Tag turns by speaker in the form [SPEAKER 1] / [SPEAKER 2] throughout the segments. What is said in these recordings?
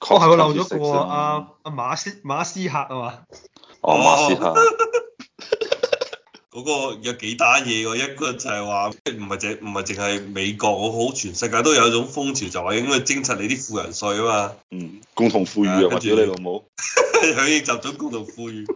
[SPEAKER 1] 哦，係喎，漏咗個喎，
[SPEAKER 2] 啊
[SPEAKER 1] 阿阿馬斯馬斯克啊嘛，
[SPEAKER 2] 嗯哦，馬斯克，
[SPEAKER 3] 嗰個有幾單嘢喎，一個就係話唔係淨唔係淨係美國，我好全世界都有一種風潮，就話應該徵集你啲富人稅啊嘛，
[SPEAKER 2] 嗯，共同富裕啊，
[SPEAKER 3] 啊
[SPEAKER 2] 或
[SPEAKER 3] 跟住
[SPEAKER 2] 者你老母，
[SPEAKER 3] 響應集中共同富 裕。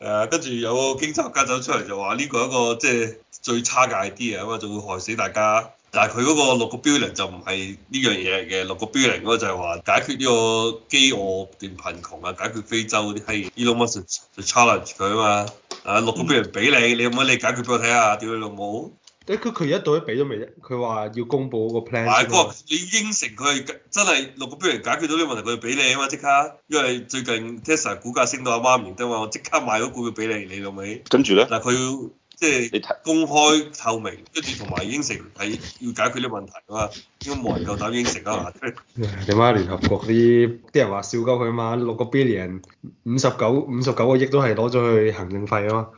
[SPEAKER 3] 誒，啊跟住有個經濟學家走出嚟就話呢個一個即係最差嘅 idea 啊嘛，就會害死大家。但係佢嗰個六個 billion 就唔係呢樣嘢嚟嘅，六個 billion 嗰個就係話解決呢個飢餓定貧窮啊，解決非洲嗰啲閪嘢。Elon Musk 就 challenge 佢啊嘛，啊六個 billion 俾你，你可唔可以你解決俾我睇下？屌你老母！
[SPEAKER 1] 誒佢佢而家到底俾咗未啫？佢話要公佈嗰個 plan
[SPEAKER 3] 大
[SPEAKER 1] 先
[SPEAKER 3] 哥
[SPEAKER 1] 喎。，
[SPEAKER 3] 你應承佢係真係六個 billion 解決到呢個問題，佢就俾你啊嘛，即刻。因為最近 Tesla 股價升到阿媽唔認得嘛，我即刻買咗股票俾你，你老味。
[SPEAKER 2] 跟住咧，
[SPEAKER 3] 但係佢要即係
[SPEAKER 2] 你睇
[SPEAKER 3] 公開透明，跟住同埋應承係要解決呢個問題啊嘛，應該冇人夠膽應承啊嘛。
[SPEAKER 1] 唉你媽聯合國啲啲人話笑鳩佢啊嘛，六個 billion 五十九五十九個億都係攞咗去行政費啊嘛。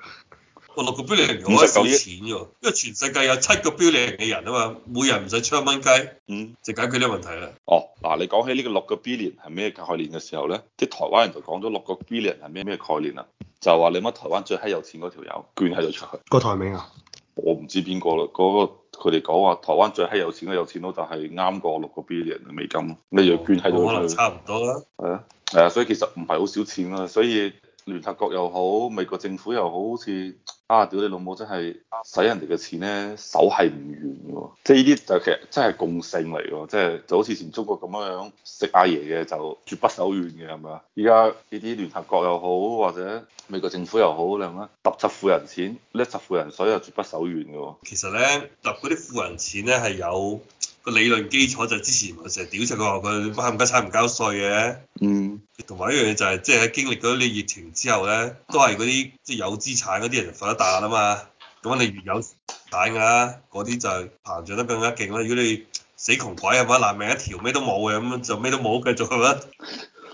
[SPEAKER 3] 我六個 billion 好閪少錢啫喎，因為全世界有七個 billion 嘅人啊嘛，每人唔使槍蚊雞
[SPEAKER 2] 嗯。
[SPEAKER 3] 就解決呢個問題啦。
[SPEAKER 2] 哦，嗱，你講起呢個六個 billion 係咩概念嘅時候咧，啲台灣人就講咗六個 billion 係咩咩概念啦，就話你乜台灣最閪有錢嗰條友捐喺度出去，
[SPEAKER 1] 個台名啊，
[SPEAKER 2] 我唔知邊個啦，嗰、個佢哋講話台灣最閪有錢嘅有錢佬就係啱過六個 billion 嘅美金，你要捐喺度
[SPEAKER 3] 可能
[SPEAKER 2] 出去，
[SPEAKER 3] 差唔多啦。
[SPEAKER 2] 係啊，係啊，所以其實唔係好少錢啦，所以聯合國又好，美國政府又好，好似啊屌你老母真係使人哋嘅錢咧手係唔完嘅喎，即係呢啲就其實真係共性嚟喎，即係就好似以前中國咁樣樣食阿爺嘅就絕不手軟嘅係咪啊？依家呢啲聯合國又好，或者美國政府又好，你諗下揼柒富人錢，叻柒富人水又絕不手軟嘅喎，
[SPEAKER 3] 其實咧，揼嗰啲富人錢咧係有個理論基礎，就係之前我成日屌柒佢話佢冚家產唔交稅嘅，
[SPEAKER 2] 嗯，
[SPEAKER 3] 同埋一樣嘢就係即係喺經歷咗呢疫情之後咧，都係嗰啲即係有資產嗰啲人就瞓得彈啊嘛。咁你越有資產㗎啦，嗰啲就係膨脹得更加勁啦。如果你死窮鬼係咪爛命一條，咩都冇嘅咁就咩都冇，繼續係咪？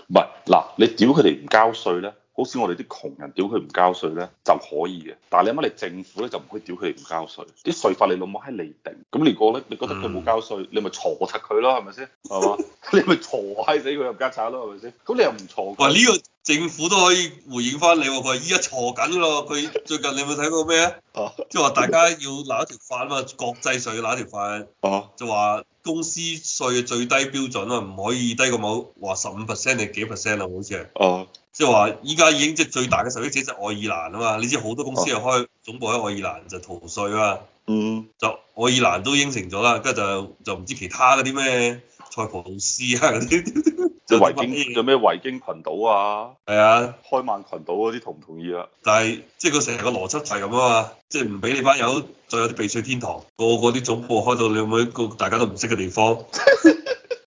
[SPEAKER 2] 唔係嗱，你屌佢哋唔交稅咧，好似我哋啲窮人屌佢唔交稅咧就可以嘅。但係你諗下，你政府咧就唔可以屌佢哋唔交稅，啲稅法你老母閪你定。咁如果咧你覺得佢
[SPEAKER 3] 嗯
[SPEAKER 2] 冇交稅，你咪鋤柒佢咯，係咪先？係 嘛？你咪鋤閪死佢入家產咯，係咪先？咁你又唔鋤
[SPEAKER 3] 喂，
[SPEAKER 2] 佢？
[SPEAKER 3] 呢、個政府都可以回應翻你喎，佢話依家錯緊咯。佢最近你有冇睇過咩啊？
[SPEAKER 2] 啊
[SPEAKER 3] 即係話大家要拿一條法啊嘛，國際上要拿一條法。
[SPEAKER 2] 啊！
[SPEAKER 3] 就話公司税嘅最低標準啊，唔可以低過某話十五 percent 定幾 percent 啊，好似係，
[SPEAKER 2] 啊！
[SPEAKER 3] 即係話依家已經即係最大嘅受益者就係愛爾蘭啊嘛，你知好多公司又
[SPEAKER 2] 哦
[SPEAKER 3] 開總部喺愛爾蘭就逃税啊嘛，
[SPEAKER 2] 嗯，
[SPEAKER 3] 就愛爾蘭都應承咗啦，跟住就就唔知其他嗰啲咩塞浦路斯啊嗰啲，
[SPEAKER 2] 即係
[SPEAKER 3] 就
[SPEAKER 2] 維京，有咩維京群島啊、
[SPEAKER 3] 係啊，
[SPEAKER 2] 開曼群島嗰啲同唔同意啊？
[SPEAKER 3] 但係即係佢成個邏輯就係咁啊嘛，即係唔俾你班友再有啲避稅天堂，個個啲總部開到你每一個大家都唔識嘅地方。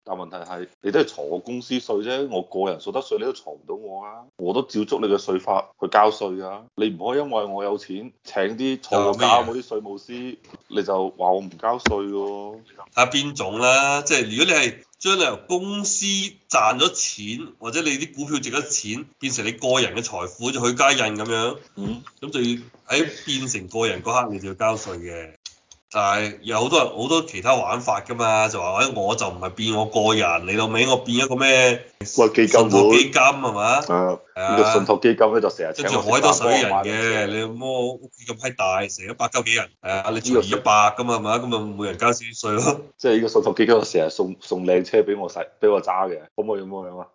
[SPEAKER 2] 但問題係，你都係鋤我公司稅啫，我個人所得稅你都鋤唔到我啊！我都照足你嘅稅法去交稅啊！你唔可以因為我有錢請啲坐過
[SPEAKER 3] 啊
[SPEAKER 2] 監嗰啲稅務師，你就話我唔交稅喎、
[SPEAKER 3] 睇下邊種啦，即係如果你係將你由公司賺咗錢，或者你啲股票值咗錢，變成你個人嘅財富，好似許家印咁樣，
[SPEAKER 2] 嗯，
[SPEAKER 3] 咁就要喺變成個人嗰刻，你就要交稅嘅。但係有好多人好多其他玩法㗎嘛，就話喂哎我就唔係變我個人，你老味我變一個咩
[SPEAKER 2] 喂基
[SPEAKER 3] 信
[SPEAKER 2] 金
[SPEAKER 3] 託基
[SPEAKER 2] 會
[SPEAKER 3] 金係嘛？
[SPEAKER 2] 啊，呢
[SPEAKER 3] 啊
[SPEAKER 2] 個信託基金咧就成日請
[SPEAKER 3] 跟住
[SPEAKER 2] 我食
[SPEAKER 3] 海多
[SPEAKER 2] 飯
[SPEAKER 3] 水人
[SPEAKER 2] 幫我買
[SPEAKER 3] 嘅，
[SPEAKER 2] 嘢
[SPEAKER 3] 你摸屋企咁閪大，成一百鳩幾人，係啊，你除以一百㗎嘛，係嘛？咁咪每人交少少稅咯。
[SPEAKER 2] 即係呢個信託基金就成日送送靚車俾我使，俾我揸嘅，可唔可以咁樣啊？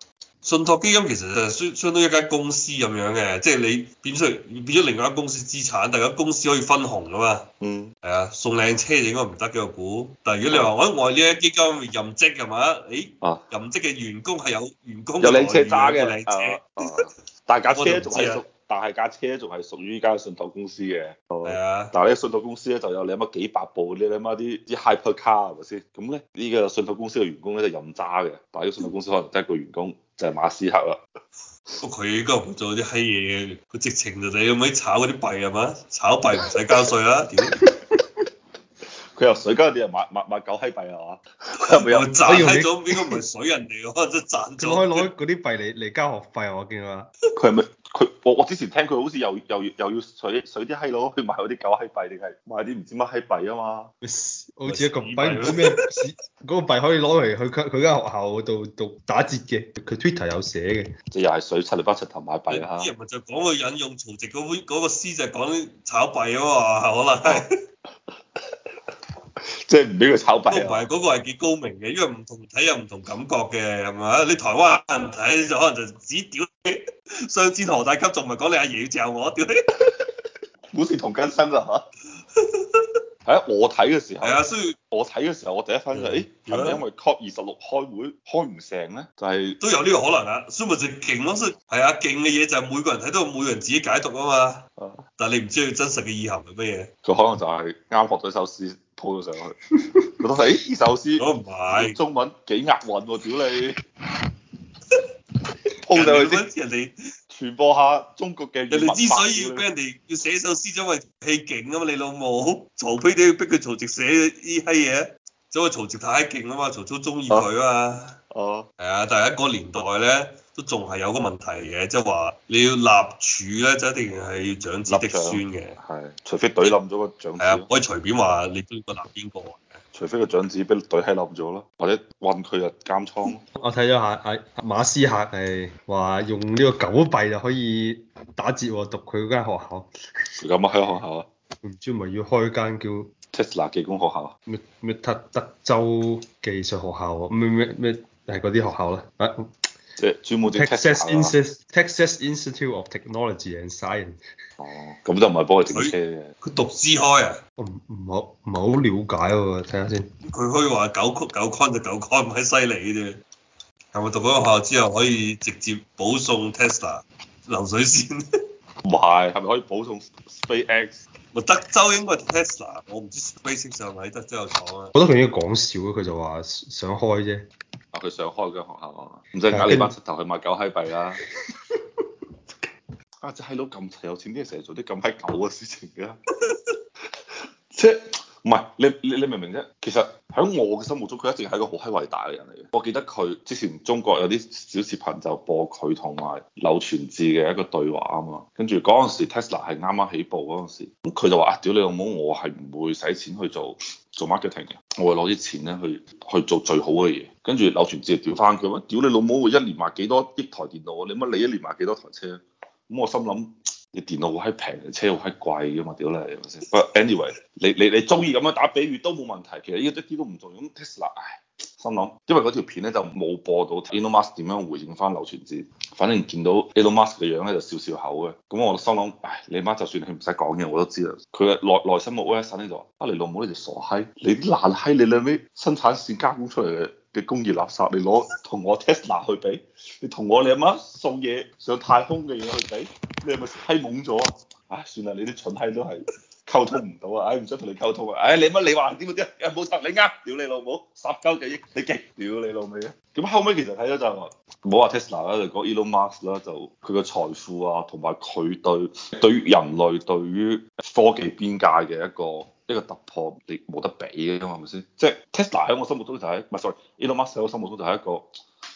[SPEAKER 3] 信託基金其實就相相當於一間公司咁樣嘅，即係你變咗變咗另外一間公司資產，但係間公司可以分紅啊嘛。
[SPEAKER 2] 嗯，
[SPEAKER 3] 係啊，送靚車就應該唔得嘅我估。但係如果你話我我係呢一基金任職係嘛？誒，
[SPEAKER 2] 啊
[SPEAKER 3] 任職嘅員工係有員工
[SPEAKER 2] 有靚車
[SPEAKER 3] 待遇
[SPEAKER 2] 揸
[SPEAKER 3] 有
[SPEAKER 2] 嘅，
[SPEAKER 3] 靚車
[SPEAKER 2] 啊啊但係架
[SPEAKER 3] 我就
[SPEAKER 2] 車
[SPEAKER 3] 唔
[SPEAKER 2] 仲係
[SPEAKER 3] 知啊
[SPEAKER 2] 屬，但係架車仲係屬於呢間信託公司嘅。哦
[SPEAKER 3] 係啊，
[SPEAKER 2] 但係咧，信託公司咧就有你乜幾百部你乜啲啲 hyper car 係咪先？咁咧呢個信託公司嘅員工咧就任揸嘅，但係呢個信託公司可能得一個員工就係馬斯克啦。
[SPEAKER 3] 不過佢應該唔做啲閪嘢嘅，佢 直情就你咁樣炒嗰啲幣係嘛？炒幣唔使交稅啦，屌！
[SPEAKER 2] 佢又水，跟住啲啊人買買買狗閪幣係嘛？ 佢又咪有
[SPEAKER 3] 我賺閪咗，應該唔係水人嚟喎，即係賺
[SPEAKER 1] 仲可以
[SPEAKER 3] 咗。
[SPEAKER 1] 攞嗰啲幣嚟嚟交學費啊，我見啊。
[SPEAKER 2] 佢係咪佢？我我之前聽佢好似又又又要水水啲閪佬去買嗰啲狗閪幣，定係買啲唔知乜閪幣啊嘛？
[SPEAKER 1] 好似一個幣唔知咩紙，嗰個幣可以攞嚟去佢佢間學校度度打折嘅，佢 Twitter 有寫嘅。
[SPEAKER 2] 即係又係水七你班柒頭買幣啊
[SPEAKER 3] 啲！人咪就講佢引用曹植嗰本嗰個詩就係講炒幣啊嘛，可能 係。
[SPEAKER 2] 即係唔俾佢炒
[SPEAKER 3] 都唔
[SPEAKER 2] 幣 啊！
[SPEAKER 3] 係嗰個係幾高明嘅，因為唔同睇有唔同感覺嘅，係咪你台灣人睇就可能就只屌你上次何大級仲咪講你阿爺要嚼我，屌你！
[SPEAKER 2] 股市同根生啊嚇！ 係啊！我睇嘅時候
[SPEAKER 3] 係，啊，所以
[SPEAKER 2] 我睇嘅時候，我第一反應就係：
[SPEAKER 3] 嗯
[SPEAKER 2] 誒係咪因為 COP 二十六開會開唔成咧？就係
[SPEAKER 3] 都有呢個可能啊，所以咪就勁咯，所以係啊，勁嘅嘢就係每個人睇到每個人自己解讀啊嘛，
[SPEAKER 2] 啊
[SPEAKER 3] 但係你唔知佢真實嘅意涵係乜
[SPEAKER 2] 佢可能就係啱學咗首詩鋪咗 上去，覺得誒呢首詩
[SPEAKER 3] 嘢。我唔係，
[SPEAKER 2] 中文幾押韻喎，屌 你！鋪
[SPEAKER 3] 人
[SPEAKER 2] 上去
[SPEAKER 3] 哋咁樣人哋
[SPEAKER 2] 先，傳播下中國嘅語
[SPEAKER 3] 人
[SPEAKER 2] 文
[SPEAKER 3] 哋之
[SPEAKER 2] 法
[SPEAKER 3] 所以要
[SPEAKER 2] 屌
[SPEAKER 3] 俾
[SPEAKER 2] 你
[SPEAKER 3] 人哋要寫首詩，就因為戲勁啊嘛，你老母曹丕都要逼佢曹植寫呢閪嘢，因為曹植太勁啊嘛，曹操中意佢啊嘛。
[SPEAKER 2] 哦，
[SPEAKER 3] 係啊，但係喺嗰個年代咧，都仲係有個問題嘅，即係話你要立柱咧，就一定係要長子嫡孫嘅。
[SPEAKER 2] 係，除非懟冧咗個長
[SPEAKER 3] 係啊，
[SPEAKER 2] 子
[SPEAKER 3] 唔，可以隨便話你邊個立邊個嘅。
[SPEAKER 2] 除非個長子俾懟閪冧咗咯，或者韞佢入監倉。
[SPEAKER 1] 我睇咗下，阿阿馬斯克係話用呢個狗幣就可以打折喎，讀佢嗰間學校。
[SPEAKER 2] 佢咁啊，喺學校啊
[SPEAKER 1] 唔知咪要開間叫
[SPEAKER 2] ，Tesla 技工學校啊，
[SPEAKER 1] 咩咩德德州技術學校啊，咩咩咩係嗰啲學校啦。啊
[SPEAKER 2] 即係專門整
[SPEAKER 1] Texas
[SPEAKER 2] Tesla 啊
[SPEAKER 1] Institute Texas Institute of Technology and Science。
[SPEAKER 2] 哦，咁就唔係幫佢整車嘅，
[SPEAKER 3] 佢讀支開啊，
[SPEAKER 1] 我唔唔好唔係好了解喎，睇下先。
[SPEAKER 3] 佢可以話九曲九 con 就九 con，唔係犀利嘅啫。係咪讀嗰個學校之後可以直接保送 Tesla 流水線？
[SPEAKER 2] 唔係，係咪可以保送 SpaceX？
[SPEAKER 3] 咪德州應該係 Tesla，我唔知 SpaceX 係咪喺德州有廠啊。
[SPEAKER 1] 我覺得佢應該講笑嘅，佢就話想開啫。
[SPEAKER 2] 啊，佢上開嘅學校啊，唔使搞你班柒頭去買狗閪幣 啦。啊！隻閪佬咁有錢，啲嘢成日做啲咁閪狗嘅事情嘅， 即係唔係你你你明唔明啫？其實喺我嘅心目中，佢一直係一個好閪偉大嘅人嚟嘅。我記得佢之前中國有啲小視頻就播佢同埋柳傳志嘅一個對話啊嘛，跟住嗰陣時 Tesla 係啱啱起步嗰陣時，咁佢就話：啊，屌你老母，我係唔會使錢去做做 marketing 嘅，我會攞啲錢咧去去做最好嘅嘢。跟住柳傳志就屌翻佢話：屌你老母，我一年賣幾多億台電腦啊？你乜你一年賣幾多台車啊？咁我心諗，你電腦好閪平，你車好閪貴噶嘛，屌你係咪先？不過 anyway，你你你中意咁樣打比喻都冇問題，其實呢個一啲都唔重要。咁 Tesla，唉，心諗，因為嗰條片咧就冇播到 Elon Musk 點樣回應翻柳傳志，反正見到 Elon Musk 嘅樣咧就笑笑口嘅。咁我心諗，唉，你媽就算你唔使講嘢我都知啦。佢嘅內內心嘅 OS 咧就話：啊，你老母你條傻閪，你啲爛閪，你兩尾生產線加工出嚟嘅。嘅工業垃圾，你攞同我 Tesla 去比，你同我你阿媽送嘢上太空嘅嘢去比，你係咪閪懵咗啊？唉，算啦，你啲蠢閪都係溝通唔到啊！唉，唔想同你溝通啊！唉，你乜你話點嗰啲啊？唉冇錯，你啱，屌你老母，十鳩幾億，你勁，屌你老味啊！咁後尾其實睇咗就係話，唔好話 Tesla 啦，就講 Elon Musk 啦，就佢嘅財富啊，同埋佢對對於人類對於科技邊界嘅一個一個突破，你冇得比嘅嘛，係咪先？即係 Tesla 喺我心目中就係、唔係 sorry，Elon Musk 喺我心目中就係一個。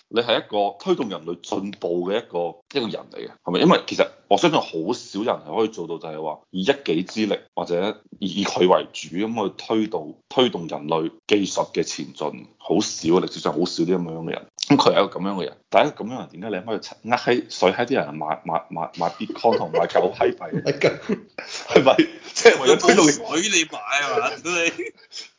[SPEAKER 2] 你係一個推動人類進步嘅一個一個人嚟嘅，係咪？因為其實我相信好少人係可以做到，就係話以一己之力或者以佢為主咁去推動推動人類技術嘅前進，好少歷史上好少啲咁樣嘅人。咁佢係一個咁樣嘅人，但係一個咁樣嘅人點解你可以呃閪水閪啲人買買買買 Bitcoin 同買狗閪幣？係咪？即係為咗推動
[SPEAKER 3] 杯，水你買啊嘛，屌你！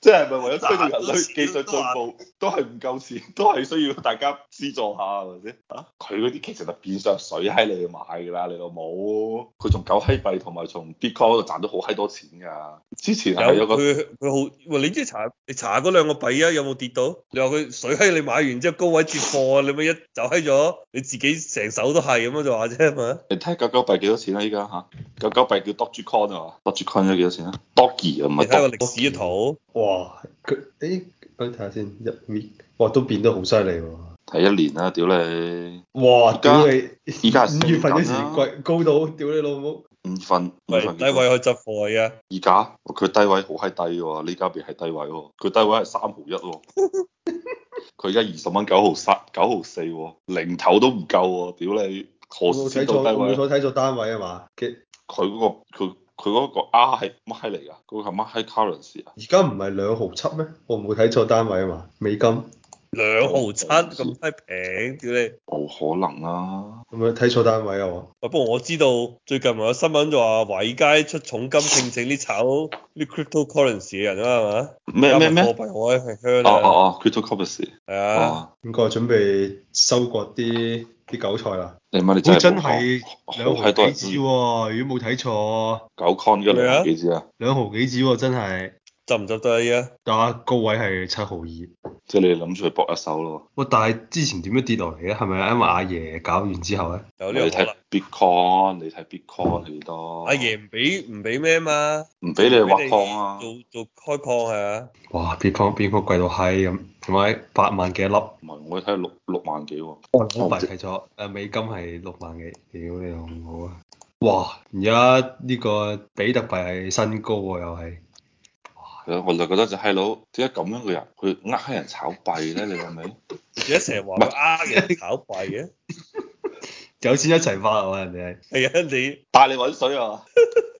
[SPEAKER 2] 即係咪為咗推動人類技術進步，都係唔夠錢， 都係需要大家資助下，係咪先？啊，佢嗰啲其實就變相水閪你去買㗎啦，你老母！佢從狗閪幣同埋從 Bitcoin 嗰度賺到好閪多錢㗎。之前係有個
[SPEAKER 3] 佢佢好，喂你即係查你查嗰兩個幣啊，有冇跌到？你話佢水閪你買完之後高位接貨，啊你咪一走閪咗，你自己成手都係咁樣就話啫嘛。
[SPEAKER 2] 你睇狗狗幣幾多錢啦？依家嚇，狗狗幣叫 Dogecoin 啊嘛，Dogecoin 咗幾多錢啊？Doge 啊，唔
[SPEAKER 3] 你
[SPEAKER 2] 係
[SPEAKER 3] 睇個
[SPEAKER 2] Doge
[SPEAKER 3] 歷史嘅圖，
[SPEAKER 1] 哇！佢誒，我睇下先，一 V，哇都變得好犀利喎！
[SPEAKER 2] 睇一年啦，屌你！
[SPEAKER 1] 哇！
[SPEAKER 2] 家
[SPEAKER 1] 屌你，
[SPEAKER 2] 依家係
[SPEAKER 1] 五月份嗰
[SPEAKER 2] 四緊啦
[SPEAKER 1] 時貴高到，屌你老母！
[SPEAKER 2] 五分，五
[SPEAKER 3] 喂，
[SPEAKER 2] 分
[SPEAKER 3] 低位去執貨啊嘅，
[SPEAKER 2] 而家哦佢低位好閪低喎，呢家邊係低位喎，佢低位係三毫一 喎，佢而家二十蚊九毫三九毫四喎，零頭都唔夠喎，屌你何
[SPEAKER 1] 我
[SPEAKER 2] 時
[SPEAKER 1] 冇
[SPEAKER 2] 先
[SPEAKER 1] 睇
[SPEAKER 2] 到
[SPEAKER 1] 錯，
[SPEAKER 2] 低
[SPEAKER 1] 我冇
[SPEAKER 2] 位啊？
[SPEAKER 1] 所睇錯單位啊嘛。嘅
[SPEAKER 2] 佢嗰、個佢佢嗰個 R 係乜閪嚟㗎？嗰、個係乜閪 currency 啊？
[SPEAKER 1] 而家唔係兩毫七咩？我冇睇錯單位啊嘛，美金
[SPEAKER 3] 兩毫七咁閪平，屌你！
[SPEAKER 2] 冇可能啊啦、
[SPEAKER 1] 咁樣睇錯單位啊我。
[SPEAKER 3] 喂，不過我知道最近咪有新聞就話華爾街出重金聘請啲炒啲 cryptocurrency 嘅人啊
[SPEAKER 2] 咩
[SPEAKER 3] 係嘛，
[SPEAKER 2] 咩咩？
[SPEAKER 3] 加密貨
[SPEAKER 2] 哦
[SPEAKER 3] 幣我係香
[SPEAKER 2] 哦
[SPEAKER 3] 啊，
[SPEAKER 2] 哦，cryptocurrency
[SPEAKER 3] 係啊，
[SPEAKER 2] 哦，
[SPEAKER 1] 應該準備收割啲啲韭菜啦。
[SPEAKER 2] 你媽你真
[SPEAKER 1] 佢
[SPEAKER 2] 係
[SPEAKER 1] 真
[SPEAKER 2] 冇
[SPEAKER 1] 係
[SPEAKER 2] 講
[SPEAKER 1] 兩
[SPEAKER 2] 好
[SPEAKER 1] 毫
[SPEAKER 2] 閪多
[SPEAKER 1] 幾
[SPEAKER 2] 人
[SPEAKER 1] 子
[SPEAKER 2] 嗯
[SPEAKER 1] 喎，如果冇睇錯，
[SPEAKER 2] 九 con 嘅兩毫幾支啊？
[SPEAKER 1] 兩毫幾子喎，真係。
[SPEAKER 3] 執唔執得依啊？
[SPEAKER 1] 但係高位係七毫二。
[SPEAKER 2] 即係你諗住去搏一手咯。
[SPEAKER 1] 喂，但係之前點樣跌落嚟咧？係咪因為阿爺搞完之後咧？
[SPEAKER 3] 有
[SPEAKER 2] 你
[SPEAKER 3] 呢個可能
[SPEAKER 2] 睇。Bitcoin，你睇 Bitcoin 係幾多？
[SPEAKER 3] 阿爺唔俾唔俾咩嘛？
[SPEAKER 2] 唔俾你挖礦啊！
[SPEAKER 3] 做做開礦係啊，
[SPEAKER 1] 哇！Bitcoin Bitcoin 貴到閪咁，同埋八萬幾一粒，我
[SPEAKER 2] 唔係，我睇六六萬幾喎。
[SPEAKER 1] 唔係睇錯，誒美金係六萬幾，屌你老母啊！哇！而家呢個比特幣係新高喎，又係
[SPEAKER 2] 係啊咯我就覺得隻閪佬點解咁樣嘅人，佢呃黑人炒幣咧？你係 咪？
[SPEAKER 3] 而家成日話佢呃人炒幣嘅，
[SPEAKER 1] 有錢一齊發啊！人哋係
[SPEAKER 3] 係啊，你
[SPEAKER 2] 帶你揾水啊！